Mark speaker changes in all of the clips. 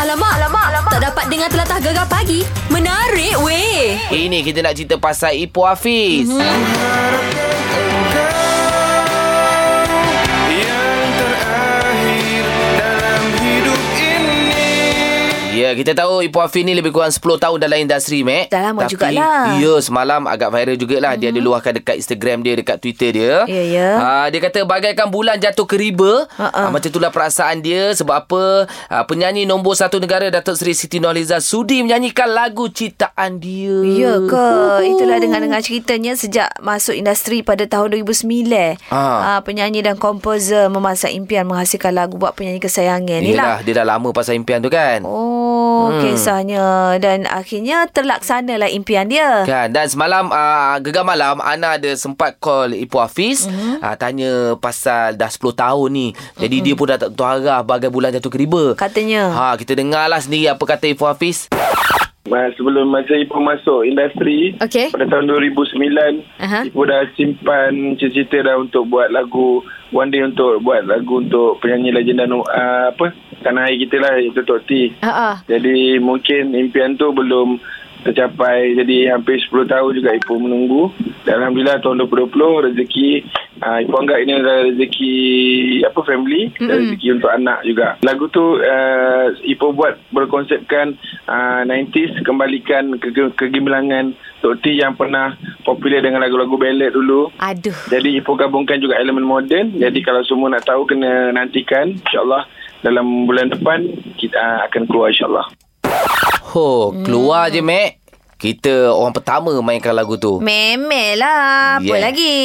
Speaker 1: Alamak, alamak, alamak. Tak dapat dengar telatah gegar pagi. Menarik weh.
Speaker 2: Eh, Ini kita nak cerita pasal Ipoh Hafiz. Mm-hmm.
Speaker 1: Mhm.
Speaker 2: Ya, kita tahu Ipoh Hafiz ni lebih kurang 10 tahun dalam industri, Mek.
Speaker 1: Dah lama
Speaker 2: Tapi,
Speaker 1: jugalah. Mhm.
Speaker 2: Ya, semalam agak viral jugalah. Mm-hmm. Dia ada luahkan dekat Instagram dia, dekat Twitter dia.
Speaker 1: Ya, ya. Ha,
Speaker 2: Ah, dia kata bagaikan bulan jatuh ke riba.
Speaker 1: Ha-ha.
Speaker 2: Ah, macam itulah perasaan dia sebab apa ah, penyanyi nombor satu negara Datuk Seri Siti Nurhaliza sudi menyanyikan lagu ciptaan dia.
Speaker 1: Ya ke? Itulah dengar-dengar ceritanya sejak masuk industri pada tahun 2009. Ah.
Speaker 2: Ah.
Speaker 1: penyanyi dan komposer memasang impian menghasilkan lagu buat penyanyi kesayangan. Ni lah.
Speaker 2: Yelah, dia dah lama pasal impian tu kan.
Speaker 1: Oh, hmm. kisahnya. Dan akhirnya terlaksanalah impian dia.
Speaker 2: Kan dan semalam uh, gegar malam Ana ada sempat call Ibu Hafiz
Speaker 1: Hmm.
Speaker 2: mm-hmm. uh, tanya pasal dah 10 tahun ni. Jadi mm-hmm. dia pun dah tak tahu arah bagai bulan jatuh ke riba.
Speaker 1: Katanya.
Speaker 2: Ha kita dengarlah sendiri apa kata Ibu Hafiz.
Speaker 3: Ma- Sebelum masa Ipoh masuk industri
Speaker 1: Okey.
Speaker 3: Pada tahun 2009
Speaker 1: Aha.
Speaker 3: Ipoh dah simpan cita-cita dah untuk buat lagu One day untuk buat lagu untuk penyanyi legenda uh, Apa? Tanah air kita lah iaitu Tok T
Speaker 1: Ha ah.
Speaker 3: Jadi mungkin impian tu belum tercapai Jadi hampir 10 tahun juga Ipoh menunggu Dan Alhamdulillah tahun 2020 rezeki uh, Ipoh anggap ini adalah rezeki apa family mm-hmm. Dan rezeki untuk anak juga Lagu tu uh, Ipoh buat berkonsepkan uh, 90s Kembalikan ke- kegemilangan Tok T yang pernah popular dengan lagu-lagu ballad dulu
Speaker 1: Aduh.
Speaker 3: jadi Ipoh gabungkan juga elemen moden. Jadi kalau semua nak tahu kena nantikan insyaAllah dalam bulan depan kita uh, akan keluar insyaAllah.
Speaker 2: Ho
Speaker 1: Hmm.
Speaker 2: keluar je Mek. Kita orang pertama mainkan lagu tu.
Speaker 1: Memel lah Apa
Speaker 2: Yeah.
Speaker 1: lagi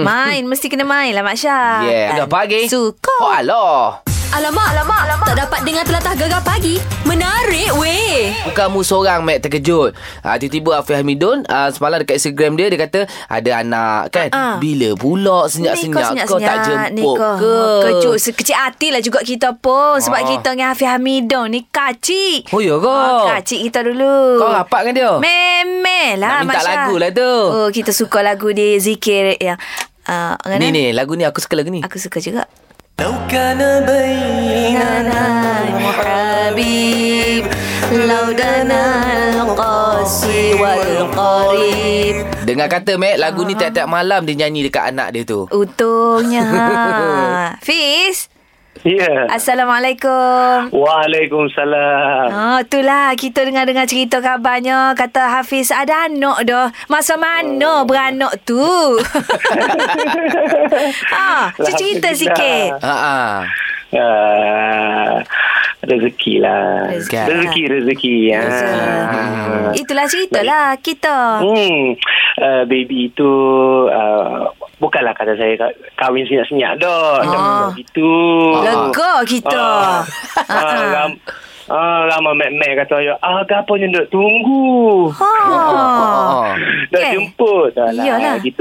Speaker 1: Main Mesti kena main lah Mak Syah
Speaker 2: Yeah, dah pagi. Oh
Speaker 1: Suka
Speaker 2: Allah.
Speaker 1: alamak, alamak Alamak Tak dapat dengar telatah gegar pagi Menarik weh
Speaker 2: Bukan mu seorang Mac terkejut ha, Tiba-tiba Afiq Hamidun ha, Semalam dekat Instagram dia Dia kata Ada anak kan
Speaker 1: Ah.
Speaker 2: uh-uh. Bila pula senyap-senyap Kau tak jemput ke
Speaker 1: Kecuk sekecil hati lah juga kita pun Sebab
Speaker 2: Ah.
Speaker 1: kita dengan Hafiz Hamidon ni kacik
Speaker 2: Oh, ya ke?
Speaker 1: Ah, Kacik kita dulu
Speaker 2: Kau rapat dengan dia?
Speaker 1: Memel lah
Speaker 2: Nak minta
Speaker 1: Masya.
Speaker 2: lagu lah tu.
Speaker 1: Oh kita suka lagu dia Zikir yang uh,
Speaker 2: Ni ni lagu ni aku suka lagu ni
Speaker 1: Aku suka juga
Speaker 4: لو كان بيننا
Speaker 1: حبيب لو دنا القاسي والقريب
Speaker 2: Dengar kata Mac Lagu
Speaker 1: Ah.
Speaker 2: ni tiap-tiap malam Dia nyanyi dekat anak dia tu
Speaker 1: Oh. Untungnya Fiz
Speaker 5: Ya.
Speaker 1: Assalamualaikum
Speaker 5: Waalaikumsalam.
Speaker 1: Oh, itulah kita dengar-dengar cerita kabarnya Kata Hafiz ada anak dah Masa mana
Speaker 5: Oh.
Speaker 1: beranak tu ah, cik cerita sikit
Speaker 2: Ha ah.
Speaker 5: Ah, rezeki lah.
Speaker 1: Rezeki.
Speaker 5: Rezeki, rezeki. Ah.
Speaker 1: Ah. Itulah ceritalah kita
Speaker 5: Hmm, uh, baby itu uh, bukanlah kata saya ka- kahwin senyap-senyap dah.
Speaker 1: Ah.
Speaker 5: Ah. Itu.
Speaker 1: Lega kita
Speaker 5: Ah, ram, ah, ramai mek-mek kata, ya, ah, apa yang duk tunggu?
Speaker 1: Ah.
Speaker 2: Ah,
Speaker 1: Ha.
Speaker 5: Dah
Speaker 1: Kan?
Speaker 5: jemput dah
Speaker 1: Iyalah.
Speaker 5: lah. Gitu.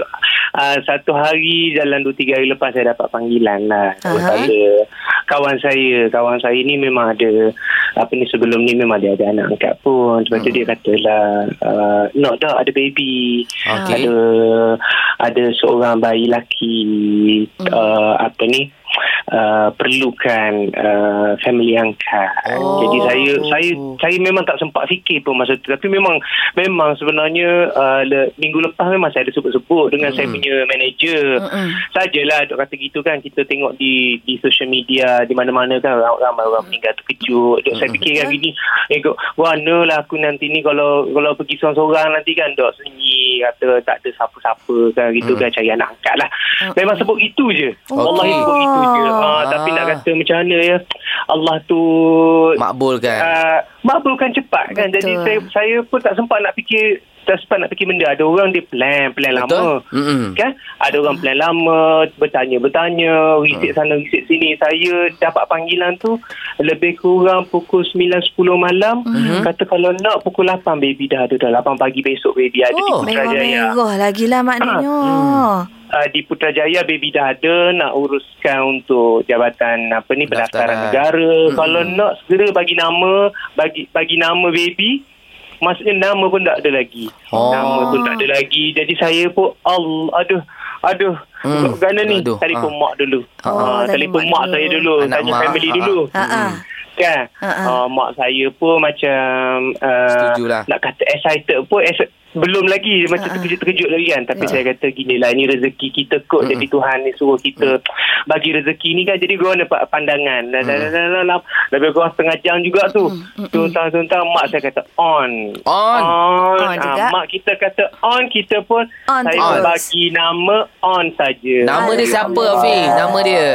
Speaker 5: Uh, satu hari jalan dua tiga hari lepas saya dapat panggilan lah
Speaker 1: Aha.
Speaker 5: daripada kawan saya kawan saya ni memang ada apa ni sebelum ni memang dia ada anak angkat pun sebab tu dia katalah uh, nak dah ada baby
Speaker 2: Okey.
Speaker 5: ada ada seorang bayi laki uh, apa ni Uh, perlukan uh, family angkat.
Speaker 2: Oh.
Speaker 5: Jadi saya saya saya memang tak sempat fikir pun masa tu tapi memang memang sebenarnya uh, le, minggu lepas memang saya ada sebut-sebut dengan saya punya manager.
Speaker 1: Mm-mm.
Speaker 5: Sajalah duk kata gitu kan kita tengok di di social media di mana-mana kan ramai-ramai orang meninggal terkejut. Duk saya fikirkan gini, eh kok lah aku nanti ni kalau kalau pergi seorang-seorang nanti kan duk sunyi kata tak ada siapa-siapa kan gitu kan cari anak angkat lah. Memang sebut itu je. Wallahi
Speaker 2: Okey.
Speaker 5: sebut itu je. Ah,
Speaker 2: Ah.
Speaker 5: tapi nak kata macam mana ya Allah tu
Speaker 2: Makbul kan
Speaker 5: Uh, makbulkan cepat kan.
Speaker 1: Betul.
Speaker 5: Jadi saya saya pun tak sempat nak fikir tak sempat nak fikir benda. Ada orang dia plan, plan lama.
Speaker 2: Betul Mm-mm.
Speaker 5: Kan? Ada orang plan lama, bertanya-bertanya,
Speaker 2: Hmm.
Speaker 5: risik sana, risik sini. Saya dapat panggilan tu lebih kurang pukul 9.10 malam.
Speaker 2: Hmm.
Speaker 5: Kata kalau nak pukul 8 baby dah ada dah. 8 pagi besok baby ada
Speaker 2: Oh,
Speaker 5: di ya. Putrajaya.
Speaker 1: Merah-merah lagi lah maknanya
Speaker 5: Uh, di Putrajaya baby dah ada nak uruskan untuk jabatan apa ni
Speaker 2: Pendaftaran.
Speaker 5: pendaftaran negara. Hmm. Kalau nak segera bagi nama, bagi bagi nama baby. Maksudnya nama pun tak ada lagi.
Speaker 2: Oh.
Speaker 5: Nama pun tak ada lagi. Jadi saya pun Allah aduh aduh
Speaker 2: Hmm.
Speaker 5: hmm. Gana ni
Speaker 2: Aduh,
Speaker 5: telefon
Speaker 2: ah.
Speaker 5: mak dulu.
Speaker 1: Oh,
Speaker 5: Ah, telefon mak saya dulu,
Speaker 2: Anak
Speaker 5: tanya
Speaker 2: mak,
Speaker 5: family
Speaker 2: ah,
Speaker 5: dulu.
Speaker 1: ah. Ah, ah.
Speaker 5: kan.
Speaker 1: Ha-ha.
Speaker 5: Uh, mak saya pun macam uh,
Speaker 2: Setujulah.
Speaker 5: nak kata excited pun ex- belum lagi
Speaker 1: Ha-ha. Ya.
Speaker 5: macam terkejut-terkejut lagi kan. Tapi saya kata gini lah ini rezeki kita kot
Speaker 2: Hmm.
Speaker 5: jadi Tuhan ni suruh kita bagi rezeki ni kan jadi gua dapat pandangan. Lah, lah, lah,
Speaker 2: Hmm.
Speaker 5: lah, lah, lah. Lebih kurang setengah jam juga tu.
Speaker 1: Hmm,
Speaker 5: Tuntang-tuntang mak saya kata on.
Speaker 2: On.
Speaker 5: On.
Speaker 1: On juga.
Speaker 5: Ah, mak kita kata on kita pun
Speaker 1: On
Speaker 5: saya
Speaker 1: terus.
Speaker 5: bagi nama on saja.
Speaker 2: Nama dia
Speaker 1: Ah,
Speaker 2: siapa Hafiz? Nama dia.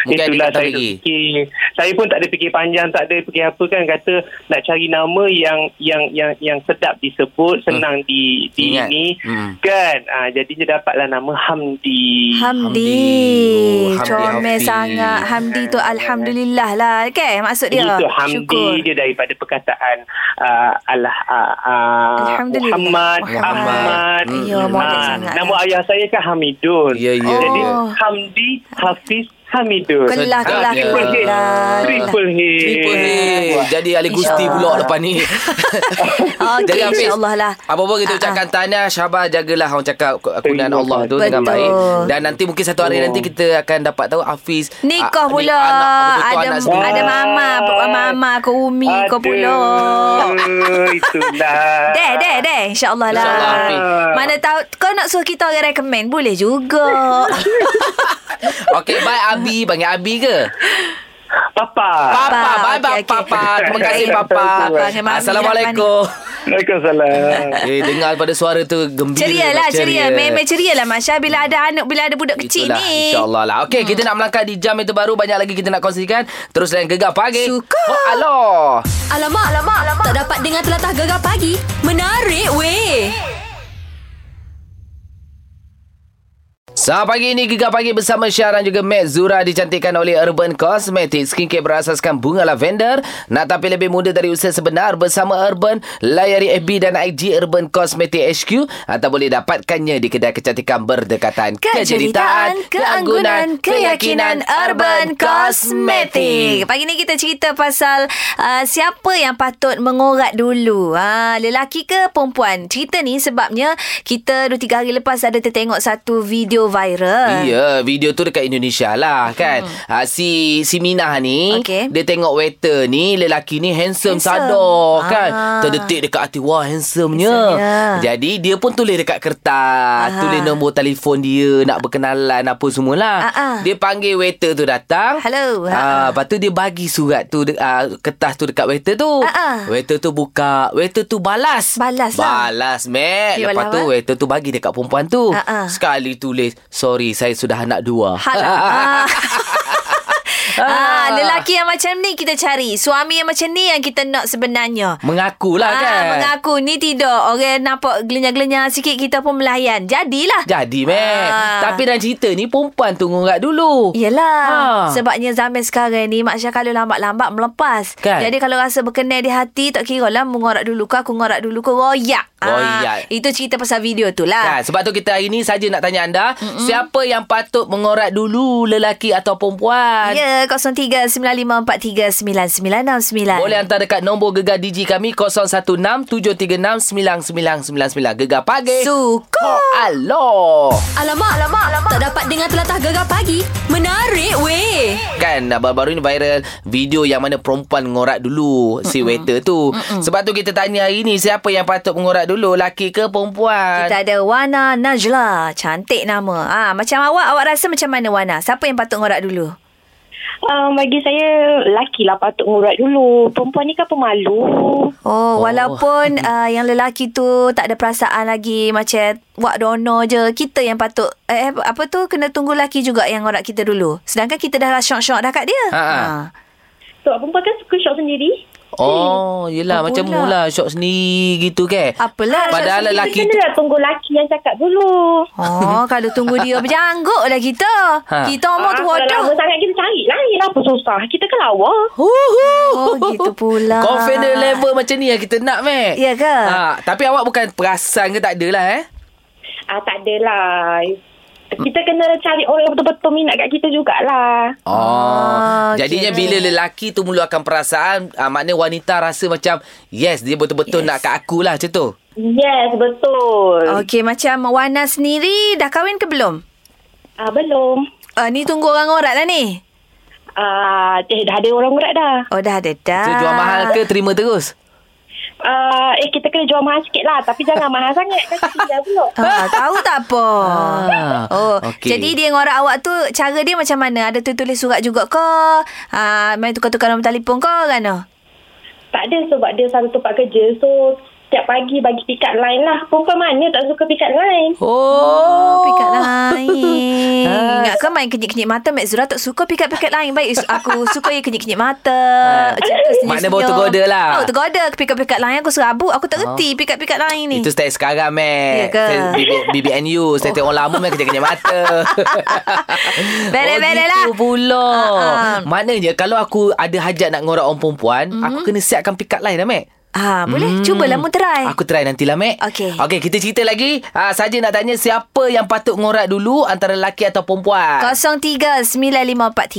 Speaker 2: Mungkin ada
Speaker 5: Itulah
Speaker 2: kata
Speaker 5: saya
Speaker 2: lagi.
Speaker 5: lagi. fikir. Saya pun tak ada fikir panjang, tak ada fikir apa kan kata nak cari nama yang yang yang yang sedap disebut, senang di di
Speaker 2: Hmm. Ingat.
Speaker 5: ini
Speaker 2: Hmm.
Speaker 5: kan. Ah jadinya dapatlah nama Hamdi.
Speaker 1: Hamdi.
Speaker 2: Hamdi. Oh, Hamdi,
Speaker 1: Comel
Speaker 2: Hamdi.
Speaker 1: sangat. Hamdi tu alhamdulillah lah. Kan maksud dia.
Speaker 5: Itu Hamdi
Speaker 1: Syukur.
Speaker 5: dia daripada perkataan uh, Allah uh, uh,
Speaker 1: Alhamdulillah.
Speaker 5: Muhammad
Speaker 1: Muhammad.
Speaker 5: Ahmad.
Speaker 2: Hmm.
Speaker 1: Ya, model
Speaker 5: Ah,
Speaker 1: sangat.
Speaker 5: nama ayah saya kan Hamidun.
Speaker 2: Ya, ya.
Speaker 5: Jadi
Speaker 1: Oh.
Speaker 5: Hamdi Hafiz Hamidun.
Speaker 1: Kelah,
Speaker 2: Sedap
Speaker 1: kelah,
Speaker 2: dia.
Speaker 5: Triple hit.
Speaker 1: kelah.
Speaker 5: Triple hit.
Speaker 2: Triple H. Jadi Ali Gusti
Speaker 1: InsyaAllah.
Speaker 2: pula lepas ni.
Speaker 1: Okey, insyaAllah lah.
Speaker 2: Apa-apa kita
Speaker 1: Ah,
Speaker 2: ucapkan tahniah, syabas, jagalah orang cakap kunaan
Speaker 5: Terima
Speaker 2: Allah tu
Speaker 1: kasih.
Speaker 2: dengan
Speaker 1: Betul.
Speaker 2: baik. Dan nanti mungkin satu hari nanti kita akan dapat tahu Hafiz.
Speaker 1: Nikah
Speaker 2: ah,
Speaker 1: pula.
Speaker 2: ni anak, betul-betul
Speaker 1: Ada
Speaker 2: anak sendiri.
Speaker 1: ada mama, mama ke Umi ke
Speaker 5: Aduh,
Speaker 1: pula.
Speaker 5: Itulah.
Speaker 1: Deh, deh, deh. InsyaAllah lah.
Speaker 2: InsyaAllah, Hafiz.
Speaker 1: Mana tahu kau nak suruh kita orang recommend boleh juga.
Speaker 2: Okey, bye Abi. Panggil Abi ke?
Speaker 5: Papa.
Speaker 2: Papa. Bye
Speaker 1: Okey,
Speaker 2: bye
Speaker 1: okey.
Speaker 2: Papa. Terima kasih
Speaker 1: Baik.
Speaker 2: Papa.
Speaker 1: Papa dengan Mami,
Speaker 2: Assalamualaikum.
Speaker 5: Waalaikumsalam.
Speaker 2: Eh, dengar pada suara tu gembira.
Speaker 1: Ceria lah, ceria. Memang ceria lah Masya bila ada anak, bila ada budak kecil
Speaker 2: Itulah,
Speaker 1: ni. Hmm.
Speaker 2: InsyaAllah lah Okey kita nak melangkah di jam itu baru Banyak lagi kita nak kongsikan Terus lain gegar pagi
Speaker 1: Suka.
Speaker 2: oh, Aloh
Speaker 6: Alamak, alamak, alamak. Tak dapat dengar telatah gegar pagi. Menarik weh.
Speaker 2: Selamat pagi ini Gegar Pagi bersama Syah dan juga Matt Zura dicantikkan oleh Urban Cosmetics. Skincare berasaskan bunga lavender. Nak tampil lebih muda dari usia sebenar bersama Urban, layari FB dan IG Urban Cosmetic HQ atau boleh dapatkannya di kedai kecantikan berdekatan
Speaker 1: Keceritaan, keanggunan, keyakinan Urban Cosmetic. Pagi ni kita cerita pasal uh, siapa yang patut mengorat dulu. Ha, lelaki ke perempuan? Cerita ni sebabnya kita 2-3 hari lepas ada tertengok satu video viral.
Speaker 2: Ya, video tu dekat Indonesia lah kan. Hmm. Ha, si si Minah ni,
Speaker 1: Okey.
Speaker 2: dia tengok waiter ni, lelaki ni handsome,
Speaker 1: Handsome.
Speaker 2: sadar kan.
Speaker 1: Ah.
Speaker 2: Terdetik dekat hati, wah handsomenya.
Speaker 1: Handsomenya.
Speaker 2: Jadi dia pun tulis dekat kertas,
Speaker 1: Aha.
Speaker 2: tulis nombor telefon dia, nak berkenalan apa semualah.
Speaker 1: Ah, ah.
Speaker 2: Dia panggil waiter tu datang.
Speaker 1: Hello. Ha.
Speaker 2: Ah, lepas tu dia bagi surat tu de- ah, kertas tu dekat waiter
Speaker 1: Ah,
Speaker 2: tu.
Speaker 1: ah.
Speaker 2: Waiter tu buka, waiter tu balas.
Speaker 1: Balas lah.
Speaker 2: Balas, Mac.
Speaker 1: Dia
Speaker 2: Lepas
Speaker 1: balas,
Speaker 2: tu
Speaker 1: eh?
Speaker 2: waiter tu bagi dekat perempuan tu.
Speaker 1: Ah, ah.
Speaker 2: Sekali tulis Sorry saya sudah anak dua ah,
Speaker 1: Halah. ah, lelaki yang macam ni kita cari. Suami yang macam ni yang kita nak sebenarnya.
Speaker 2: Mengakulah
Speaker 1: Ah,
Speaker 2: kan
Speaker 1: Mengaku ni tidak Orang nampak gelenyar-gelenyar sikit Kita pun melayan Jadilah
Speaker 2: Jadi Mac
Speaker 1: Ah.
Speaker 2: Tapi dalam cerita ni Perempuan tu ngorak dulu
Speaker 1: Yelah
Speaker 2: Ha.
Speaker 1: ha. Sebabnya zaman sekarang ni Mak Syah kalau lambat-lambat melepas
Speaker 2: Kan?
Speaker 1: Jadi kalau rasa berkenal di hati Tak kira lah Mengorak dulu ke Aku ngorak dulu ke Royak
Speaker 2: Royak.
Speaker 1: ha. Itu cerita pasal video tu lah
Speaker 2: Kan? Sebab tu kita hari ni saja nak tanya anda Mm-mm. Siapa yang patut mengorak dulu Lelaki atau perempuan
Speaker 1: Ya 0395439969
Speaker 2: Boleh hantar dekat nombor gegar DJ kami 0167369999 Gegar pagi.
Speaker 1: Suka
Speaker 2: Aloh.
Speaker 6: Alamak, alamak, alamak. Tak dapat dengar telatah gegar pagi. Menarik weh.
Speaker 2: Kan baru-baru ni viral video yang mana perempuan ngorak dulu si waiter tu. Mm-mm. Sebab tu kita tanya hari ni siapa yang patut mengorak dulu laki ke perempuan?
Speaker 1: Kita ada Wana Najla Cantik nama ha, Macam awak Awak rasa macam mana Wana Siapa yang patut ngorak dulu
Speaker 7: Um, bagi saya lelaki lah patut ngurat dulu. Perempuan ni kan pemalu.
Speaker 1: Oh, walaupun uh, yang lelaki tu tak ada perasaan lagi macam wak dono je, kita yang patut eh apa- apa tu kena tunggu lelaki juga yang ngorak kita dulu. Sedangkan kita dah lah syok-syok dah kat dia. Ah,
Speaker 2: Ha, ha.
Speaker 7: Sebab perempuan kan suka shop sendiri.
Speaker 2: Oh, yelah
Speaker 1: Apa
Speaker 2: macam
Speaker 1: pula?
Speaker 2: mula syok sendiri gitu kan.
Speaker 1: Apalah syok
Speaker 2: Padahal
Speaker 1: sendiri.
Speaker 2: lelaki
Speaker 7: Kita
Speaker 2: tu
Speaker 7: kena lah tunggu lelaki yang cakap dulu.
Speaker 1: Oh, kalau tunggu dia berjangguk lah kita.
Speaker 2: Ha.
Speaker 1: Kita umur tua
Speaker 7: Ah, kalau
Speaker 1: dah.
Speaker 7: lama sangat kita cari lain. Apa susah? Kita kan lawa.
Speaker 1: Oh, gitu pula.
Speaker 2: Confident level macam ni yang kita nak, Mac.
Speaker 1: Ya ke?
Speaker 2: Ha, tapi awak bukan perasan ke tak adalah eh?
Speaker 7: Ah, tak adalah. Kita kena cari orang yang betul-betul minat kat kita jugalah.
Speaker 2: Oh,
Speaker 1: Ah,
Speaker 2: jadinya
Speaker 1: okey.
Speaker 2: bila lelaki tu meluahkan perasaan, ah, maknanya wanita rasa macam, yes, dia betul-betul yes.
Speaker 1: Yes.
Speaker 2: nak kat aku lah macam tu.
Speaker 7: Yes, betul.
Speaker 1: Okey, macam Wana sendiri dah kahwin ke belum?
Speaker 7: Ah, belum.
Speaker 1: Uh, ni tunggu orang ngorak lah ni.
Speaker 7: uh, eh dah ada orang urat dah.
Speaker 1: Oh dah ada dah.
Speaker 2: So jual mahal ke terima terus?
Speaker 7: Uh, eh kita kena jual mahal sikit lah tapi jangan mahal sangat kan tinggal pula.
Speaker 1: Ah, tahu tak apa.
Speaker 2: Ah,
Speaker 1: oh, okay.
Speaker 2: okey.
Speaker 1: jadi dia ngorak awak tu cara dia macam mana? Ada tu tulis surat juga ke? Ah, main tukar-tukar nombor telefon ke kan? Oh?
Speaker 7: Tak ada sebab dia satu tempat kerja so tiap pagi bagi pick up line lah. Perempuan mana tak suka pick up line?
Speaker 1: Oh, pick up lain. Ingat ke main kenyit-kenyit mata Mek Zura tak suka pick up-pick up lain. Baik is- aku suka ya kenyit-kenyit mata. Macam tu senyum-senyum.
Speaker 2: Ah. Makna baru tergoda lah. Oh.
Speaker 1: Oh, tergoda ke pick up-pick up lain aku serabut. Aku tak reti pick up-pick up lain ni.
Speaker 2: Itu style
Speaker 1: Ya
Speaker 2: sekarang, Mac.
Speaker 1: ke?
Speaker 2: Style BB- BBNU. Style tengok orang lama, Mac kerja-kerja mata.
Speaker 1: Belek-belek lah.
Speaker 2: Oh, gitu pula.
Speaker 1: Ah, ah.
Speaker 2: Maknanya, kalau aku ada hajat nak ngorak orang perempuan, aku kena siapkan pick up line dah, Mac. Hmm.
Speaker 1: Ah, boleh cubalah mu try.
Speaker 2: Aku try nantilah, Mac.
Speaker 1: Okey.
Speaker 2: Okey, kita cerita lagi. Ha, saja nak tanya siapa yang patut ngorak dulu antara lelaki atau perempuan?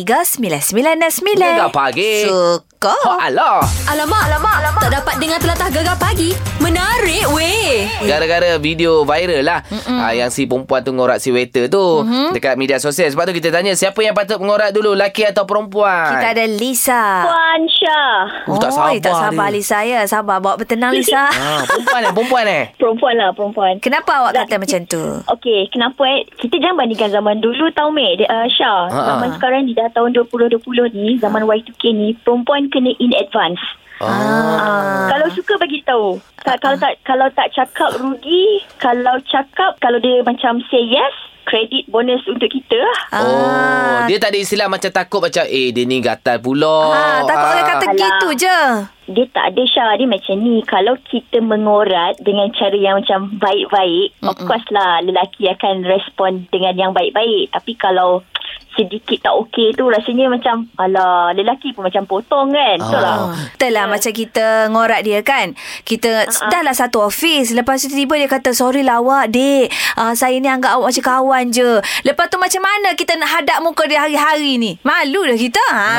Speaker 1: 0395439969.
Speaker 2: Gegar pagi.
Speaker 1: Suka.
Speaker 2: Oh, alah.
Speaker 6: Alamak, alamak, alamak. Tak dapat dengar telatah gegar pagi. Menarik weh.
Speaker 2: Gara-gara video viral lah ha, Yang si perempuan tu ngorak si waiter tu
Speaker 1: Mm-hmm.
Speaker 2: Dekat media sosial Sebab tu kita tanya Siapa yang patut mengorak dulu Lelaki atau perempuan
Speaker 1: Kita ada Lisa.
Speaker 2: Ha.
Speaker 7: Puan Syah.
Speaker 2: Oh, tak
Speaker 1: Oi,
Speaker 2: sabar
Speaker 1: tak sabar
Speaker 2: dia.
Speaker 1: Lisa ya. Sabar bawa bertenang Lisa.
Speaker 2: Ah, perempuan eh, perempuan eh.
Speaker 7: Perempuan lah perempuan.
Speaker 1: Kenapa awak kata macam tu?
Speaker 7: Okey, kenapa eh? Kita jangan bandingkan zaman dulu tau, Mek. Dia, Uh, Syah,
Speaker 2: Ha, ha.
Speaker 7: zaman sekarang ni dah tahun 2020 ni, zaman Y2K ni, perempuan kena in advance. Ah.
Speaker 2: Ha.
Speaker 7: Kalau suka bagi tahu. Ka- Kalau tak kalau tak cakap rugi, kalau cakap kalau dia macam say yes, kredit bonus untuk kita. lah.
Speaker 1: Ah.
Speaker 2: Oh, dia Oh, tak ada istilah macam takut macam eh dia ni gatal pula.
Speaker 1: Ah, takut orang kata
Speaker 7: Alah.
Speaker 1: gitu je.
Speaker 7: Dia tak ada Syah, dia macam ni. Kalau kita mengorat dengan cara yang macam baik-baik, Mm-mm. of course lah lelaki akan respon dengan yang baik-baik. Tapi kalau sedikit tak okey tu rasanya macam alah lelaki pun macam potong kan. Betul lah.
Speaker 1: Betul lah macam kita ngorak dia kan. Kita uh-huh. dah lah satu office. Lepas tu tiba-tiba dia kata, sorry lah awak, dek. Uh, saya ni anggap awak macam kawan je. Lepas tu macam mana kita nak hadap muka dia hari-hari ni? Malu dah kita. Ha.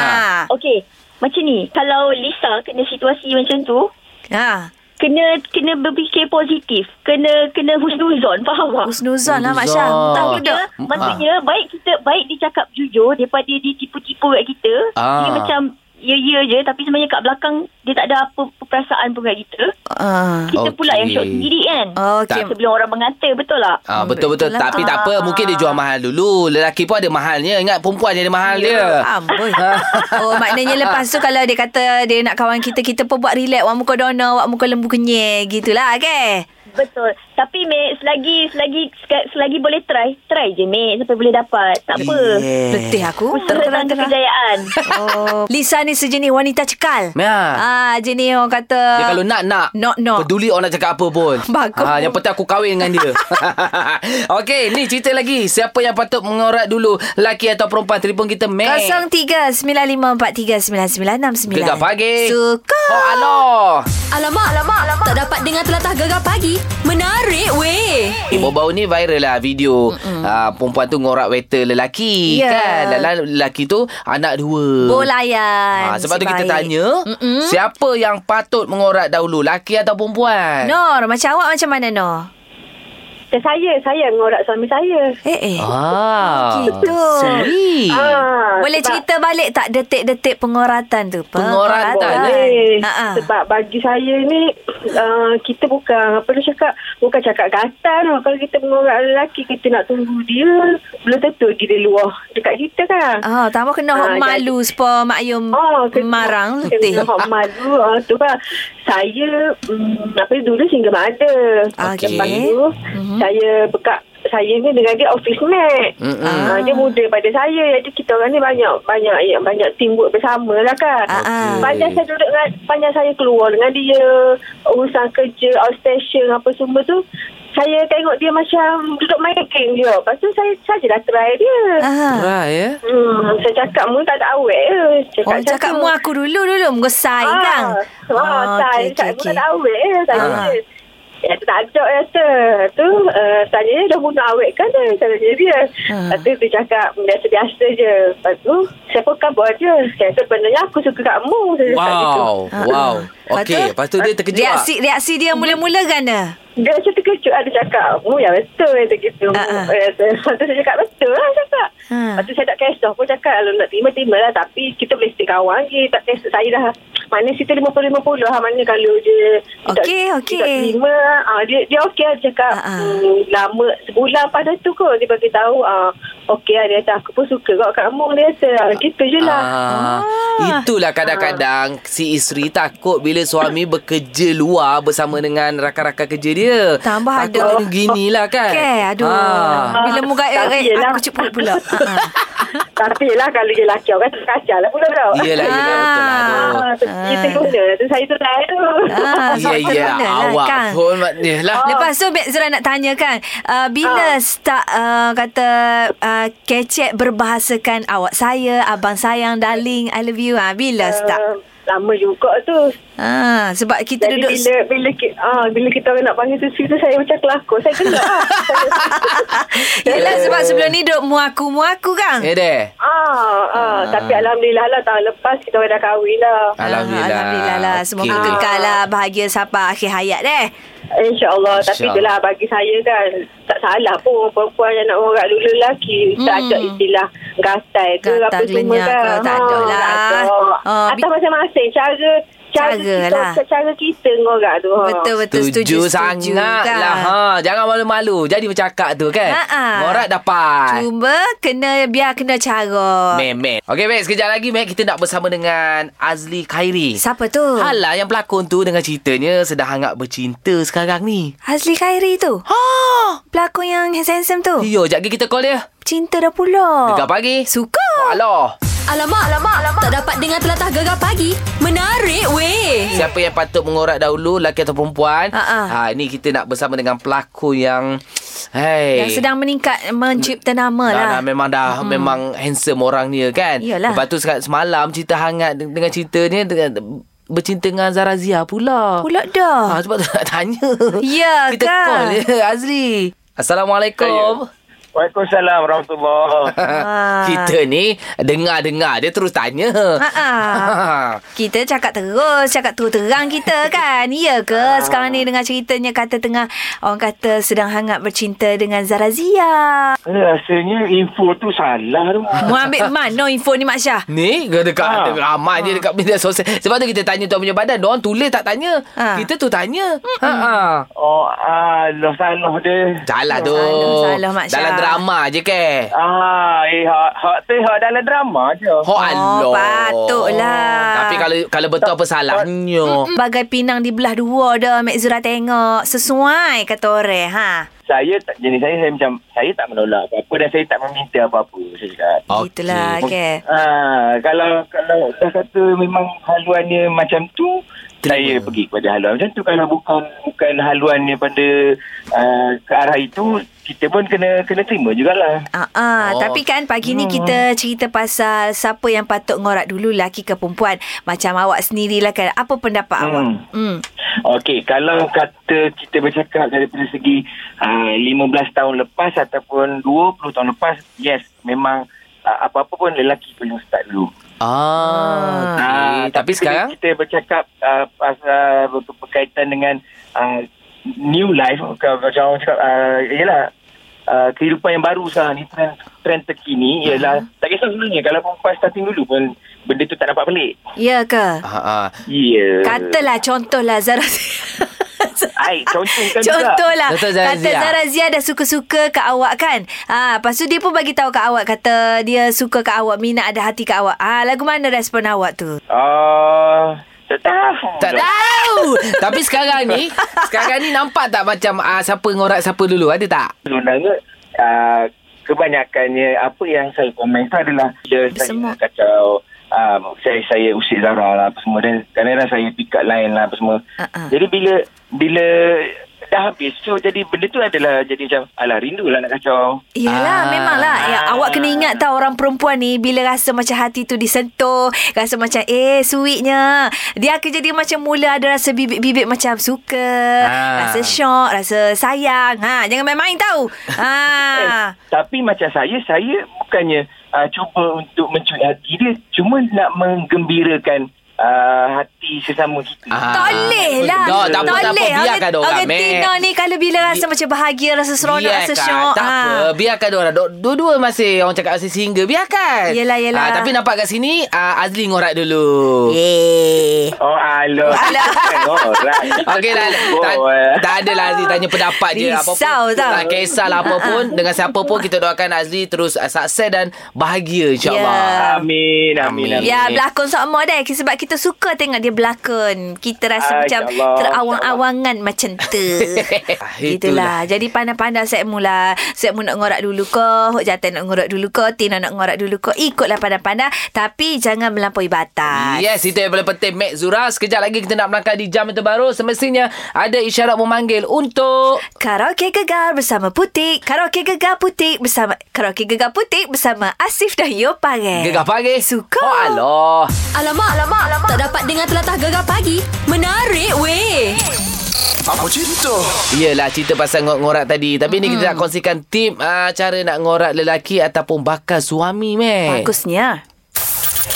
Speaker 7: Okey, macam ni. Kalau Lisa kena situasi macam tu,
Speaker 2: Ya.
Speaker 1: Ha.
Speaker 7: kena kena berfikir positif. Kena kena husnuzon, faham tak?
Speaker 1: Husnuzon lah Mak
Speaker 2: Husnuzon.
Speaker 1: Syah. Tahu ke tak?
Speaker 2: ah.
Speaker 7: Maksudnya, maksudnya baik kita baik dia cakap jujur daripada dia tipu-tipu kat kita.
Speaker 2: Ah.
Speaker 7: Dia macam ya-ya je tapi sebenarnya kat belakang dia tak ada apa perasaan pun kat kita.
Speaker 1: Ah.
Speaker 7: Kita
Speaker 2: Okey.
Speaker 7: pula yang syok sendiri kan.
Speaker 1: Okey.
Speaker 7: Sebelum orang mengata betul tak?
Speaker 2: Ah, betul
Speaker 1: Betul
Speaker 2: betul
Speaker 1: lah.
Speaker 2: tapi tak apa mungkin dia jual mahal dulu lelaki pun ada mahalnya ingat perempuan je ada mahal dia
Speaker 1: Amboi. Ya oh, maknanya lepas tu kalau dia kata dia nak kawan kita, kita pun buat relax. Wak muka dona, wak muka lembu kenyek. Gitulah, kan? okay?
Speaker 7: Betul. Tapi Mek selagi selagi selagi boleh try, try je Mek sampai boleh dapat. Tak apa.
Speaker 2: Yeah.
Speaker 1: Letih aku.
Speaker 7: Usaha tanda kejayaan.
Speaker 1: Oh. Lisa ni sejenis wanita cekal.
Speaker 2: Ya.
Speaker 1: Ah, jenis orang kata.
Speaker 2: Dia kalau nak nak
Speaker 1: Nak, nak.
Speaker 2: Peduli orang nak cakap apa pun
Speaker 1: Bagus.
Speaker 2: Ah, Yang penting aku kahwin dengan dia Okey ni cerita lagi Siapa yang patut mengorak dulu Lelaki atau perempuan Telefon kita Mac
Speaker 1: 0395439969.
Speaker 2: Gegar pagi
Speaker 1: Suka.
Speaker 2: Oh aloh
Speaker 6: Alamak, alamak, alamak. Tak dapat dengar telatah gegar pagi. Menarik weh.
Speaker 2: Eh, baru-baru ni viral lah video uh, perempuan tu ngorak waiter lelaki
Speaker 1: Ya.
Speaker 2: kan. Lalu lelaki tu anak dua.
Speaker 1: Bolayan.
Speaker 2: Ha, sebab tu kita
Speaker 1: Baik.
Speaker 2: tanya Mm-mm. siapa yang patut mengorak dahulu lelaki atau perempuan?
Speaker 1: Nor, macam awak macam mana Nor?
Speaker 7: saya saya ngorak suami saya.
Speaker 1: Eh, eh.
Speaker 2: Ah.
Speaker 1: Gitu.
Speaker 2: Sweet.
Speaker 7: Ah,
Speaker 1: Boleh
Speaker 7: sebab-
Speaker 1: cerita balik tak detik-detik pengoratan tu? Ah,
Speaker 2: Pengoratan. eh?
Speaker 7: Boleh.
Speaker 1: Ha-ha.
Speaker 7: Sebab bagi saya ni uh, kita bukan apa dia cakap bukan cakap gatal tau. Kalau kita mengorak lelaki kita nak tunggu dia belum tentu dia luar dekat kita kan.
Speaker 1: Ah, tambah kena hok
Speaker 7: Ah,
Speaker 1: malu sepa mak yum
Speaker 7: Oh,
Speaker 1: marang letih.
Speaker 7: Kena hok malu. Uh, tu kan. Saya, um, apa dia, dulu single mother.
Speaker 1: Okey. Mhm.
Speaker 7: Lepas tu, mm-hmm. saya bekat saya ni dengan dia office mate.
Speaker 2: Mm-mm.
Speaker 7: Ah. dia muda pada saya. Jadi kita orang ni banyak banyak ya, banyak teamwork bersama lah kan.
Speaker 1: Ah, ah.
Speaker 7: Panjang saya duduk dengan panjang saya keluar dengan dia urusan kerja outstation apa semua tu saya tengok dia macam duduk main game je. Lepas tu saya sajalah try dia.
Speaker 1: Ah.
Speaker 2: Right, ya.
Speaker 7: Hmm, saya cakap mu tak tahu eh.
Speaker 1: Oh, cakap mu aku dulu dulu mengesai ah, kan.
Speaker 7: Ah, ah okay, okay, okay. tak awet eh. Tanya
Speaker 2: Ah.
Speaker 7: dia. Ya, tu tak ajak ya tu. Tu uh, tanya dia dah bunuh awet kan eh. Tanya dia dia.
Speaker 1: Ah.
Speaker 7: Lepas tu dia cakap biasa-biasa je. Lepas tu siapa khabar dia? Saya kata, sebenarnya aku suka kamu. Saya cakap gitu.
Speaker 2: Wow. Wow.
Speaker 1: Ah. Lepas
Speaker 2: Okey, lepas tu dia terkejut. Eh.
Speaker 1: Reaksi reaksi dia mula-mula kan?
Speaker 7: dia macam terkejut lah dia cakap mu yang betul kata gitu
Speaker 1: Ah, ah.
Speaker 7: uh-uh. lepas tu saya cakap betul lah saya cakap
Speaker 1: Ha.
Speaker 7: uh. lepas tu saya tak cash off pun cakap kalau nak terima terima lah tapi kita boleh stay kawan je tak cash saya dah mana situ 50-50 lah mana kalau dia dia tak-
Speaker 1: Okey,
Speaker 7: dia
Speaker 1: okey.
Speaker 7: tak terima ah, dia, dia okey lah dia cakap
Speaker 1: Ah, ah.
Speaker 7: hmm, lama sebulan pada tu kot dia bagi tahu ah, okey lah dia kata aku pun suka kot kamu dia kata ah, gitu je lah
Speaker 2: Ah, itulah kadang-kadang si isteri takut bila suami bekerja luar bersama dengan rakan-rakan kerja dia.
Speaker 1: Tambah
Speaker 2: takut
Speaker 1: ada-
Speaker 2: Takut ginilah kan.
Speaker 1: Okay, aduh.
Speaker 2: Ah.
Speaker 1: Bila muka
Speaker 7: Tapi
Speaker 1: eh,
Speaker 7: yelah.
Speaker 1: aku cepat pula. Ha.
Speaker 7: Tapi lah kalau dia lelaki orang kata kacau lah pula tau.
Speaker 2: Yelah, yelah betul lah. Aduh.
Speaker 7: Ah, kita guna tu saya tu lain tu.
Speaker 1: Ah,
Speaker 2: Ya,
Speaker 1: faktor
Speaker 2: ya.
Speaker 1: mana lah,
Speaker 2: Awak
Speaker 1: kan?
Speaker 2: pun maknanya lah.
Speaker 7: Ah.
Speaker 1: Lepas tu Mek Zura nak tanya kan uh, Bila start uh, kata uh, Kecek berbahasakan awak saya Abang sayang Darling I love you ha, Bila
Speaker 7: Ah.
Speaker 1: start
Speaker 7: Lama juga tu.
Speaker 1: ha, Sebab kita
Speaker 7: Jadi
Speaker 1: duduk
Speaker 7: bila bila kita, ah, bila kita orang nak panggil tu cerita saya macam kelakor. Saya kena.
Speaker 1: Yelah sebab sebelum ni Duduk muaku-muaku kan
Speaker 2: Eh deh.
Speaker 7: ah, ah, tapi alhamdulillah lah tahun lepas kita orang dah kahwin lah.
Speaker 1: Ah,
Speaker 2: Alhamdulillah.
Speaker 1: Alhamdulillah lah Semoga
Speaker 2: Okey.
Speaker 1: kekal lah Bahagia sampai akhir hayat eh. deh
Speaker 7: InsyaAllah Tapi
Speaker 2: InsyaAllah.
Speaker 7: itulah bagi saya kan Tak salah pun Perempuan yang nak orang dulu lelaki hmm. Tak ada istilah Gatai ke
Speaker 1: Gatal
Speaker 7: Apa semua
Speaker 1: lenyap
Speaker 7: kan
Speaker 1: ke, tak ada
Speaker 7: Ha,
Speaker 1: lah.
Speaker 7: tak ada.
Speaker 1: Ha, bi-
Speaker 7: Atas masing-masing Cara
Speaker 1: Cara
Speaker 7: Cara, kita,
Speaker 1: lah.
Speaker 7: cara kita ngorak tu ha.
Speaker 1: Betul-betul setuju,
Speaker 2: Setuju,
Speaker 1: setuju
Speaker 2: sangat
Speaker 1: kan.
Speaker 2: lah. Ha. Jangan malu-malu. Jadi bercakap tu kan.
Speaker 1: Ha-ha.
Speaker 2: Ngorak dapat.
Speaker 1: Cuma kena Biar kena cara
Speaker 2: Memek. Okey, Mek. Sekejap lagi, Mek. Kita nak bersama dengan Azli Khairi.
Speaker 1: Siapa tu?
Speaker 2: Alah, lah yang pelakon tu dengan ceritanya sedang hangat bercinta sekarang ni.
Speaker 1: Azli Khairi tu
Speaker 2: Ha.
Speaker 1: Pelakon yang handsome tu
Speaker 2: Yo, jap lagi kita call dia.
Speaker 1: Cinta dah pula
Speaker 2: Gegar pagi.
Speaker 1: Suka
Speaker 2: Alah.
Speaker 8: Alamak, alamak, alamak. Tak dapat dengar telatah gegar pagi. Menarik weh.
Speaker 2: Siapa yang patut mengorak dahulu Lelaki atau perempuan
Speaker 1: Ha, ha.
Speaker 2: ha, Ini kita nak bersama dengan pelakon yang hey,
Speaker 1: Yang sedang lah. meningkat mencipta nama
Speaker 2: dah,
Speaker 1: lah.
Speaker 2: dah, Memang dah hmm. Memang handsome orang dia kan
Speaker 1: Iyalah.
Speaker 2: Lepas tu sekarang semalam Cerita hangat de- Dengan ceritanya dengan, Bercinta dengan Zara Zia pula
Speaker 1: Pula dah.
Speaker 2: ha, Sebab tu nak tanya
Speaker 1: Ya,
Speaker 2: Kita
Speaker 1: kan?
Speaker 2: call dia Azli Assalamualaikum
Speaker 5: Waalaikumsalam warahmatullahi
Speaker 1: Ah.
Speaker 2: Kita ni Dengar-dengar Dia terus tanya
Speaker 1: Ha, ah. Kita cakap terus, cakap terus terang kita kan. Ya
Speaker 2: Ah.
Speaker 1: ke? Sekarang ni dengar ceritanya kata tengah orang kata sedang hangat bercinta dengan Zarazia.
Speaker 5: Eh, Rasanya info tu salah tu.
Speaker 1: Mu ambil mana info ni Mak Syah?
Speaker 2: Ni ke dekat
Speaker 5: Ha.
Speaker 2: ha. ramai je dekat media sosial. Sebab tu kita tanya tuan punya badan, dia orang tulis tak tanya.
Speaker 1: Ha.
Speaker 2: Kita tu tanya. Ha ha.
Speaker 5: Oh, alah salah dia.
Speaker 2: Salah
Speaker 1: Ya,
Speaker 2: tu.
Speaker 1: salah, salah, Mak Syah.
Speaker 2: Dalam drama je ke.
Speaker 5: Ah, eh, hak, hak tu hak dalam drama je.
Speaker 2: Oh, Allah.
Speaker 1: patutlah.
Speaker 2: Tapi kalau kalau betul apa salahnya.
Speaker 1: Bagai pinang dibelah dua dah Mek Zura tengok Sesuai kata orang ha.
Speaker 5: Saya, tak- jenis saya, saya macam, saya tak menolak apa-apa dan saya tak meminta apa-apa. Saya cakap.
Speaker 2: Okey. Oh.
Speaker 1: Gitulah okay.
Speaker 5: Ah, kalau kalau dah kata memang haluannya macam tu,
Speaker 2: Terima.
Speaker 5: Terima. saya pergi kepada haluan macam tu. Kalau bukan bukan haluannya pada uh, ke arah itu, kita pun kena kena terima jugalah.
Speaker 1: Ah, ah.
Speaker 2: Oh.
Speaker 1: Oh. tapi kan pagi ni kita cerita pasal siapa yang patut ngorak dulu laki ke perempuan. Macam awak sendirilah kan. Apa pendapat hmm.
Speaker 5: Hmm.
Speaker 1: awak? Hmm.
Speaker 5: Okey, kalau kata kita bercakap daripada segi uh, 15 tahun lepas ataupun 20 tahun lepas, yes, memang uh, apa-apa pun lelaki perlu start dulu.
Speaker 2: Ah, okey.
Speaker 5: Ah,
Speaker 2: Tapi, sekarang
Speaker 5: kita, kita bercakap uh, pasal ber- berkaitan dengan uh, new life ke- macam orang cakap uh, ialah uh, kehidupan yang baru sekarang ni trend, trend terkini
Speaker 2: Hmm.
Speaker 5: ialah tak kisah sebenarnya kalau perempuan starting dulu pun benda tu tak dapat balik
Speaker 1: Ya ke?
Speaker 2: ha ah.
Speaker 5: ya yeah.
Speaker 2: Kan-
Speaker 1: Katalah contohlah Zara
Speaker 5: Ai, contohkan juga.
Speaker 1: Contohlah
Speaker 2: Contoh Zara
Speaker 1: Kata
Speaker 2: Zia.
Speaker 1: Zara Zia dah suka-suka kat awak kan ha, Lepas tu dia pun bagi tahu kat awak Kata dia suka kat awak Minat ada hati kat awak ha, Lagu mana respon awak tu?
Speaker 5: Ah, tak tahu
Speaker 2: Tak tahu. Tapi sekarang ni, sekarang ni nampak tak macam ah, siapa ngorak siapa dulu? Ada tak?
Speaker 5: sebenarnya uh, kebanyakannya apa yang saya komen tu adalah bila
Speaker 1: Bersemut.
Speaker 5: saya kacau um, saya saya usik Zara lah apa semua dan kadang-kadang saya pick up line lah apa semua
Speaker 1: Uh-uh.
Speaker 5: jadi bila bila dah habis so jadi benda tu adalah jadi macam alah rindulah nak kacau
Speaker 1: Yelah,
Speaker 2: Ah.
Speaker 1: memanglah. Ya, awak kena ingat tau orang perempuan ni bila rasa macam hati tu disentuh, rasa macam eh sweetnya. Dia akan jadi macam mula ada rasa bibit-bibit macam suka,
Speaker 2: Ah.
Speaker 1: rasa syok, rasa sayang. Ha, jangan main-main tau. Ha.
Speaker 5: tapi macam saya ah, saya bukannya uh, cuba untuk mencuri hati dia cuma nak menggembirakan uh, hati sesama kita.
Speaker 2: Ah.
Speaker 1: Tak boleh lah.
Speaker 2: Tak, tak apa, tak apa.
Speaker 1: boleh.
Speaker 2: Biarkan
Speaker 1: Orang-
Speaker 2: dorang,
Speaker 1: Orang
Speaker 2: Mat.
Speaker 1: Tina ni kalau bila rasa macam bahagia, rasa seronok, rasa
Speaker 2: Biarkan.
Speaker 1: syok.
Speaker 2: Tak
Speaker 1: ah.
Speaker 2: apa. Biarkan diorang. Dok- Dua-dua masih orang cakap masih single. Biarkan.
Speaker 1: Yelah, yelah. Eh.
Speaker 2: Ah, tapi nampak kat sini, ah, Azli ngorak dulu.
Speaker 1: Yeay.
Speaker 5: Oh, alah.
Speaker 1: Alah.
Speaker 5: Alright.
Speaker 2: Okey lah. Tak, tak adalah Azli tanya pendapat je.
Speaker 1: Risau
Speaker 2: Apapun,
Speaker 1: tau.
Speaker 2: Tak kisahlah apa pun. Dengan siapa pun kita doakan Azli terus ah, sukses dan bahagia insyaAllah.
Speaker 1: Ya.
Speaker 5: Amin, amin, amin.
Speaker 1: Ya, berlakon sama dah sebab kita suka tengok dia berlakon. Kita rasa
Speaker 5: Ah,
Speaker 1: macam
Speaker 5: insyaAllah,
Speaker 1: terawang-awangan macam tu. Itulah. Jadi pandai-pandai Sekmu lah. Sekmu nak ngorak dulu ke, Hok Jatan nak ngorak dulu ke, Tina nak ngorak dulu ke. Ikutlah pandai-pandai tapi jangan melampaui batas.
Speaker 2: Yes, itu yang paling penting. Mek Zura, sekejap lagi kita nak melangkah di jam yang terbaru. Semestinya ada isyarat memanggil untuk...
Speaker 1: Karaoke Gegar bersama Putik. Karaoke Gegar Putik bersama Karaoke Gegar Putik bersama Asif dan Yopare.
Speaker 2: Gegar pagi.
Speaker 1: Eh, Suka.
Speaker 2: Oh, Allah.
Speaker 6: Alamak, alamak, alamak. Tak dapat dengar telatah gegar pagi. Menarik weh.
Speaker 4: Apa cerita?
Speaker 2: Yelah, cerita pasal ngorak-ngorak tadi. Tapi ni kita nak kongsikan tip uh, cara nak ngorak lelaki ataupun bakal suami, Mek.
Speaker 1: Bagusnya.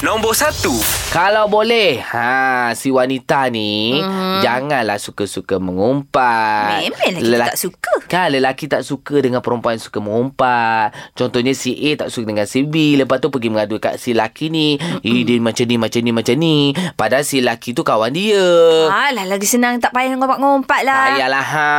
Speaker 4: Nombor satu.
Speaker 2: Kalau boleh, ha si wanita ni mm-hmm. janganlah suka-suka mengumpat.
Speaker 1: Memang lelaki tak suka.
Speaker 2: Kan lelaki tak suka dengan perempuan yang suka mengumpat. Contohnya si A tak suka dengan si B, lepas tu pergi mengadu kat si lelaki ni, mm-hmm. "Eh dia macam ni, macam ni, macam ni." Padahal si lelaki tu kawan dia.
Speaker 1: Alah, lagi senang tak payah ngompak-ngompak lah.
Speaker 2: Ayalah ha.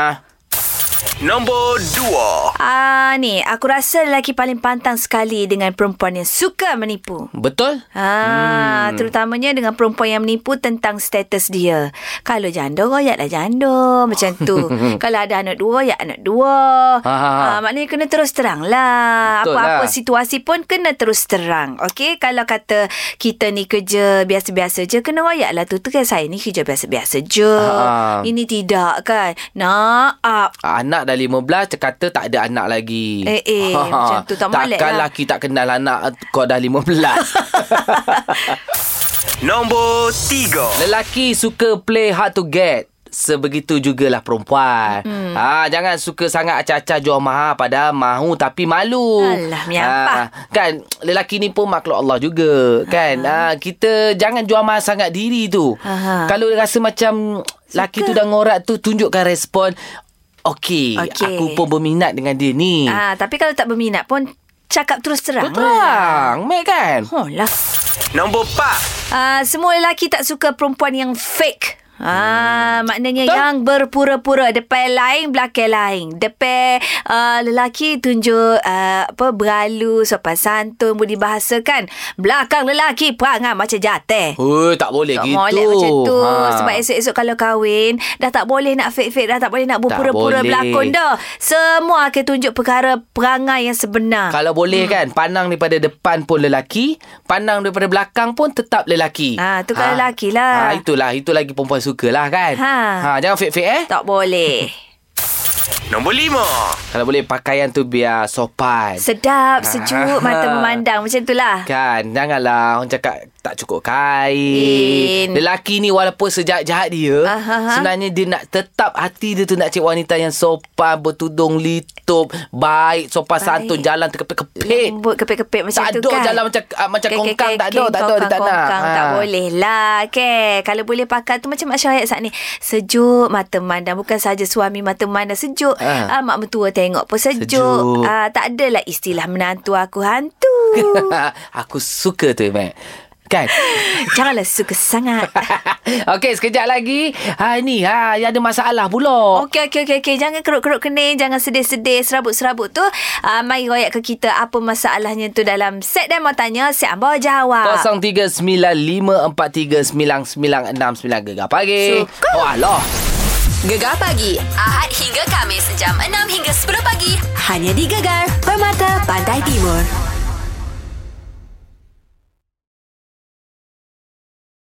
Speaker 4: Nombor dua.
Speaker 1: Ah ni, aku rasa lelaki paling pantang sekali dengan perempuan yang suka menipu.
Speaker 2: Betul?
Speaker 1: Ah, hmm. terutamanya dengan perempuan yang menipu tentang status dia. Kalau janda, royaklah janda. Macam tu. Kalau ada anak dua, ya anak dua.
Speaker 2: Ha, ha, ha.
Speaker 1: Ah, maknanya kena terus terang lah.
Speaker 2: Betul
Speaker 1: Apa-apa
Speaker 2: lah.
Speaker 1: situasi pun kena terus terang. Okey, kalau kata kita ni kerja biasa-biasa je, kena royaklah tu. Tu kan saya ni kerja biasa-biasa je.
Speaker 2: Ha.
Speaker 1: Ini tidak kan. Nak up.
Speaker 2: Ah, Anak dah 15 kata tak ada anak lagi. Ha,
Speaker 1: Eh, eh, macam tu tak molek
Speaker 2: Takkan
Speaker 1: lah.
Speaker 2: lelaki tak kenal anak kau dah 15.
Speaker 4: Nombor tiga.
Speaker 2: Lelaki suka play hard to get. Sebegitu jugalah perempuan. Hmm. Ha, jangan suka sangat acah-acah jual mahal padahal mahu tapi malu.
Speaker 1: Alah, menyampah.
Speaker 2: Ha, kan lelaki ni pun makhluk Allah juga, kan? Ha, kita jangan jual mahal sangat diri tu.
Speaker 1: Aha.
Speaker 2: Kalau dia rasa macam lelaki tu dah ngorak tu tunjukkan respon Okey,
Speaker 1: Okey.
Speaker 2: aku pun berminat dengan dia ni. lah.
Speaker 1: Ah, tapi kalau tak berminat pun cakap terus terang. lah.
Speaker 2: Terang, Mek kan?
Speaker 1: Oh lah.
Speaker 4: Nombor empat.
Speaker 1: Ah, semua lelaki tak suka perempuan yang fake. Ah, maknanya
Speaker 2: Betul.
Speaker 1: yang berpura-pura depan lain belakang lain. Depan uh, lelaki tunjuk uh, apa beralu sopan santun budi bahasa kan. Belakang lelaki perangai macam jatah.
Speaker 2: Oi, tak boleh
Speaker 1: Tak
Speaker 2: Oh, gitu.
Speaker 1: molek macam tu ha. Sebab esok-esok kalau kahwin Dah tak boleh nak fake-fake Dah tak boleh nak berpura-pura
Speaker 2: boleh.
Speaker 1: berlakon dah Semua akan tunjuk perkara perangai yang sebenar
Speaker 2: Kalau boleh hmm. kan Pandang daripada depan pun lelaki Pandang daripada belakang pun Tetap lelaki
Speaker 1: Ah, tu kalau lelaki lah.
Speaker 2: ha, Itulah Itu lagi perempuan suka lah kan
Speaker 1: Ha.
Speaker 2: ha Jangan fake-fake eh
Speaker 1: Tak boleh
Speaker 4: Nombor lima.
Speaker 2: Kalau boleh pakaian tu biar sopan
Speaker 1: Sedap, sejuk,
Speaker 2: Ah.
Speaker 1: mata memandang Macam itulah
Speaker 2: Kan Janganlah Orang cakap Tak cukup
Speaker 1: In.
Speaker 2: kain Lelaki ni walaupun sejahat-jahat dia
Speaker 1: Aha.
Speaker 2: Sebenarnya dia nak Tetap hati dia tu Nak cari wanita yang sopan Bertudung litup Baik Sopan
Speaker 1: Baik.
Speaker 2: santun Jalan terkepit-kepit
Speaker 1: Lembut kepit-kepit macam
Speaker 2: Tak
Speaker 1: tu
Speaker 2: ada
Speaker 1: kan
Speaker 2: jalan macam- ah, macam
Speaker 1: Kek- kek-
Speaker 2: kongkang, tak ada,
Speaker 1: kek-
Speaker 2: tak ada, dia tak nak.
Speaker 1: kongkang, Tak
Speaker 2: Ha.
Speaker 1: boleh lah ke. Kalau boleh pakai tu macam Mak Syahid saat ni Sejuk mata memandang Bukan saja suami mata memandang sejuk
Speaker 2: Ha.
Speaker 1: ha. Mak mentua tengok pun sejuk,
Speaker 2: Sejuk.
Speaker 1: Ah, Tak adalah istilah menantu aku hantu
Speaker 2: Ha, Aku suka tu Mac Kan
Speaker 1: Janganlah suka sangat
Speaker 2: Okey sekejap lagi ha, Ni ha, yang ada masalah pula
Speaker 1: Okey, okey, okey, okey. Jangan kerut-kerut kening. Jangan sedih-sedih. Serabut-serabut tu. Uh, mari royak ke kita apa masalahnya tu dalam set dan mau tanya. Set Ambo jawab.
Speaker 2: 0395439969 Gegar pagi
Speaker 1: Suka.
Speaker 2: Oh Allah
Speaker 6: Gegar pagi. Ahad hingga Kamis. Jam 6 hingga 10 pagi. Hanya di Gegar. Permata Pantai Timur.